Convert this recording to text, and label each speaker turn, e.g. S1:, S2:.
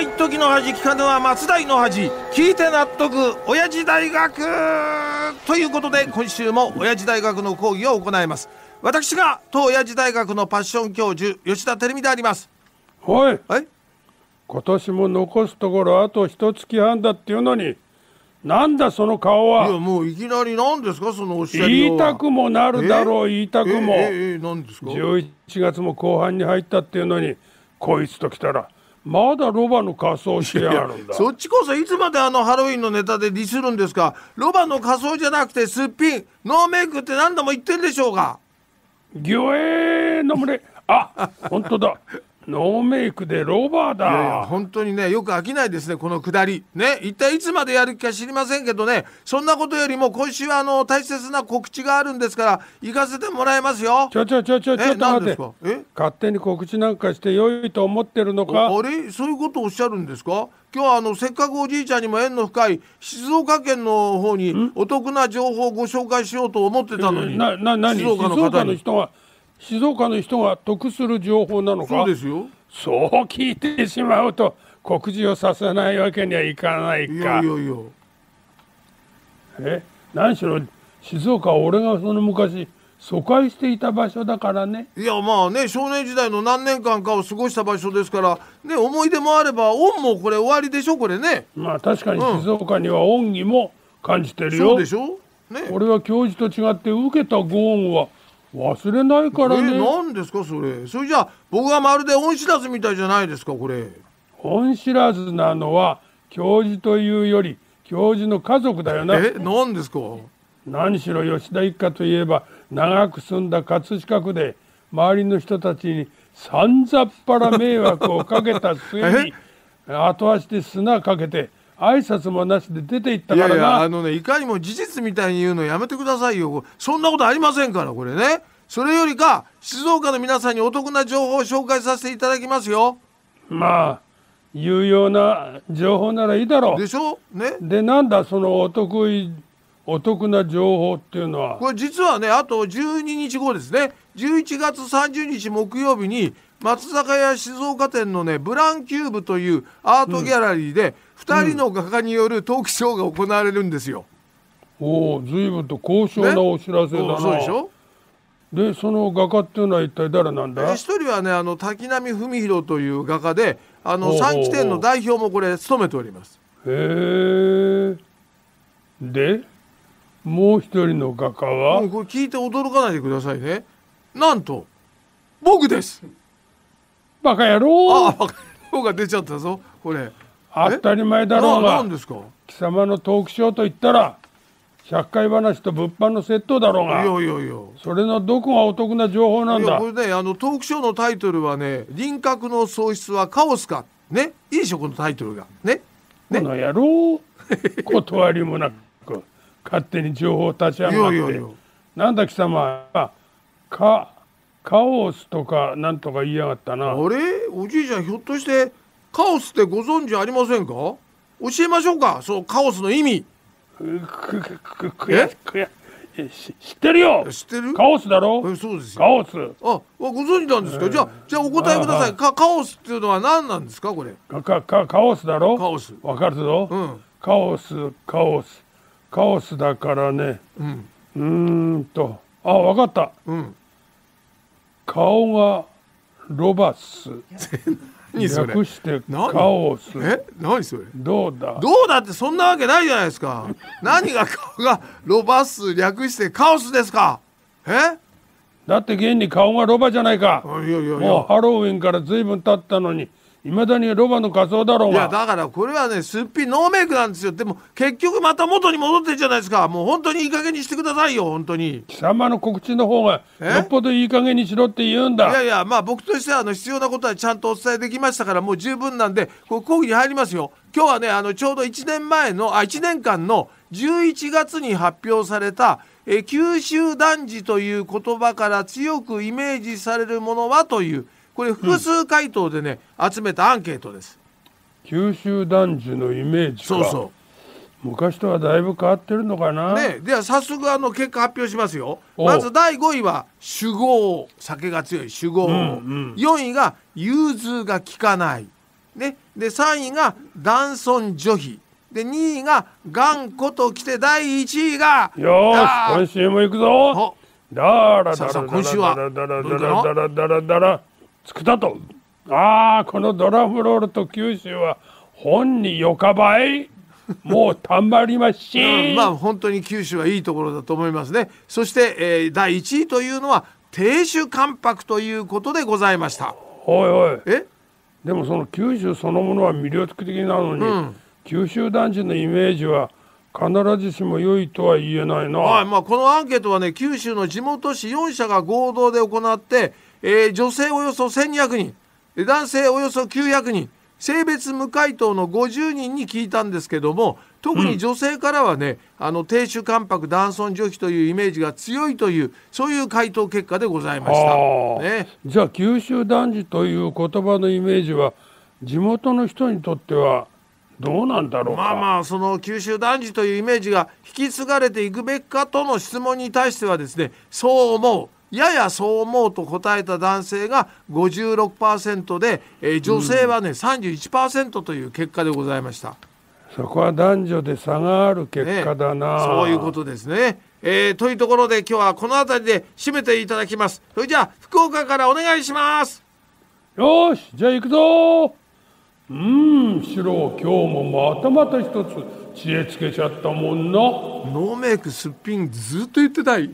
S1: 一時の恥聞かぬは松代の恥聞いて納得親父大学ということで今週も親父大学の講義を行います私が当親父大学のパッション教授吉田照美であります
S2: おい
S1: はい
S2: 今年も残すところあと一月半だっていうのになんだその顔
S1: いや
S2: は
S1: もういきなり何ですかそのおっしゃりよ
S2: 言
S1: う
S2: い
S1: は
S2: たくもなるだろう言いたくも
S1: ええええ何ですか
S2: 11月も後半に入ったっていうのにこいつときたらまだロバの仮装してやがるんだ
S1: そっちこそいつまであのハロウィンのネタでディスるんですかロバの仮装じゃなくてすっぴんノーメイクって何度も言ってんでしょうが
S2: ギョエーの群れあ本当だノーメイクでロバーだ
S1: いやいや本当にねよく飽きないですねこのくだりね一体いつまでやるか知りませんけどねそんなことよりも今週はあの大切な告知があるんですから行かせてもらいますよ
S2: ちょちょちょちょちょ
S1: え
S2: っと
S1: 何
S2: 待
S1: で
S2: っ
S1: すか
S2: て
S1: え
S2: 勝手に告知なんかして良いと思ってるのか
S1: あれそういうことをおっしゃるんですか今日はあのせっかくおじいちゃんにも縁の深い静岡県の方にお得な情報をご紹介しようと思ってたのに
S2: なな何
S1: 静
S2: 静
S1: 岡
S2: 岡
S1: の方
S2: の
S1: に
S2: 人が静岡の人が得する情報なのか
S1: そうですよ
S2: そう聞いてしまうと告示をさせないわけにはいかないか
S1: いやいやいや
S2: え何しろ静岡は俺がその昔疎開していた場所だからね
S1: いやまあね少年時代の何年間かを過ごした場所ですからね思い出もあれば恩もこれ終わりでしょこれね
S2: まあ確かに
S1: うん
S2: 静岡には恩義も感じてるよ、
S1: そうでしょねえ
S2: 俺は教授と違って受けたご恩は忘れないからね
S1: 何ですかそれそれじゃあ僕はまるで恩知らずみたいじゃないですかこれ
S2: 恩知らずなのは教授というより教授の家族だよな
S1: え何ですか
S2: 何しろ吉田一家といえば長く住んだ葛飾区で周りの人たちにさんざっぱら迷惑をかけた末に後足で砂かけて挨拶もなしで出て行った
S1: いや
S2: からない
S1: やあのねいかにも事実みたいに言うのやめてくださいよそんなことありませんからこれねそれよりか静岡の皆さんにお得な情報を紹介させていただきますよ
S2: まあ有用な情報ならいいだろ
S1: でしょね
S2: うでなんだそのお得いお得な情報っていうのは
S1: これ実はねあと12日後ですね11月30日木曜日に松坂屋静岡店のねブランキューブというアートギャラリーで2人の画家によるトークショーが行われるんですよ。
S2: おお随分と高尚なお知らせだな、
S1: そうでしょ
S2: でその画家っていうのは一体誰なん
S1: で
S2: だ
S1: 一人はねあの滝浪文弘という画家であの
S2: おうおうおう
S1: 三期店の代表もこれ務めております。
S2: へえ。で、もう一人の画家は、
S1: もうこれ聞いて驚かないでくださいね。なんと僕です。
S2: バカ野郎
S1: あ、 僕が出ちゃったぞこれ。
S2: 当たり前だろ
S1: な
S2: う
S1: な
S2: が
S1: ん、ですか。
S2: 貴様のトークショーと言ったら、100回話と物販の窃盗だろう
S1: いやい
S2: が、
S1: やいや。
S2: それのどこがお得な情報なん
S1: いや
S2: だ
S1: こ。れねあのトークショーのタイトルはね「輪郭の喪失はカオスか」ねいいでしょこのタイトルがね
S2: この野郎断りもなく、勝手に情報を立ち上
S1: いや
S2: がっ
S1: いやい
S2: て
S1: や、
S2: なんだ貴様、あか、カオスとかなんとか言いやがったな。
S1: あれおじいちゃんひょっとしてカオスってご存知ありませんか教えましょうかそうカオスの意味
S2: くくくく
S1: え
S2: やくやえし知ってるよ
S1: 知ってる
S2: カオスだろ
S1: えそうですよ
S2: カオス
S1: ああご存知なんですか、じゃあじゃあお答えくださいかカオスっていうのは何なんですかこれ
S2: かかかカオスだろ
S1: カオス
S2: わかるぞ、
S1: うん
S2: カオスカオスカオスだからね
S1: うん
S2: うーんとあわかった
S1: うん
S2: 顔がロバス
S1: 何それ
S2: 略して
S1: 何
S2: カオス
S1: え何それ
S2: どうだ
S1: どうだってそんなわけないじゃないですか何が顔がロバス略してカオスですかえ
S2: だって現に顔がロバじゃないか
S1: あいやいやいや
S2: もうハロウィンから随分経ったのにいまだにロバの仮装だろう
S1: いや
S2: が
S1: だからこれはねすっぴんノーメイクなんですよでも結局また元に戻ってるじゃないですかもう本当にいい加減にしてくださいよ本当にい
S2: 貴様の告知の方がよっぽどいい加減にしろって言うんだ
S1: やいやまあ僕としてはあの必要なことはちゃんとお伝えできましたからもう十分なんでこう講義に入りますよ今日はねあのちょうど1年前のあ1年間の11月に発表されたえー九州男児という言葉から強くイメージされるものはというこれ複数回答でね、集めたアンケートです
S2: 九州男児のイメージか
S1: そうそう
S2: 昔とはだいぶ変わってるのかな、
S1: ね、では早速あの結果発表しますよ
S2: お
S1: まず第5位は酒豪酒が強い酒豪、
S2: んうん
S1: 4位が融通が利かないね、で3位が男尊女卑で2位が頑固ときて第1位が
S2: よー
S1: あー
S2: し今週も行くぞ
S1: お
S2: だらだ
S1: さあ
S2: らだ
S1: さあ
S2: ら
S1: 今週は
S2: だらだら
S1: どうい
S2: だ
S1: うの
S2: らだらだらだらつくたとああこのドラムロールと九州は本によかばいもうたまりま し
S1: うんんまあ本当に九州はいいところだと思いますねそして、えー第1位というのは亭主関白ということでございました
S2: おいおい
S1: え
S2: でもその九州そのものは魅力的なのに、九州男子のイメージは必ずしも良いとは言えないな、
S1: はいまあ、このアンケートはね九州の地元市4社が合同で行って、えー女性およそ1200人え男性およそ900人性別無回答の50人に聞いたんですけども特に女性からはね、あの亭主関白男尊女卑というイメージが強いというそういう回答結果でございました
S2: あ。ー
S1: ね、
S2: じゃあ九州男児という言葉のイメージは地元の人にとってはどうなんだろうか、
S1: まあまあその九州男児というイメージが引き継がれていくべきかとの質問に対してはですねそう思うややそう思うと答えた男性が56%で、えー女性はね、31%という結果でございました。
S2: そこは男女で差がある結
S1: ね
S2: 果だな、
S1: そういうことですね。えーというところで今日はこの辺りで締めていただきます。それじゃあ福岡からお願いします。
S2: よーしじゃあ行くぞうーんシロ今日もまたまた一つ知恵つけちゃったもんな
S1: ノーメイクすっぴんずっと言ってたい。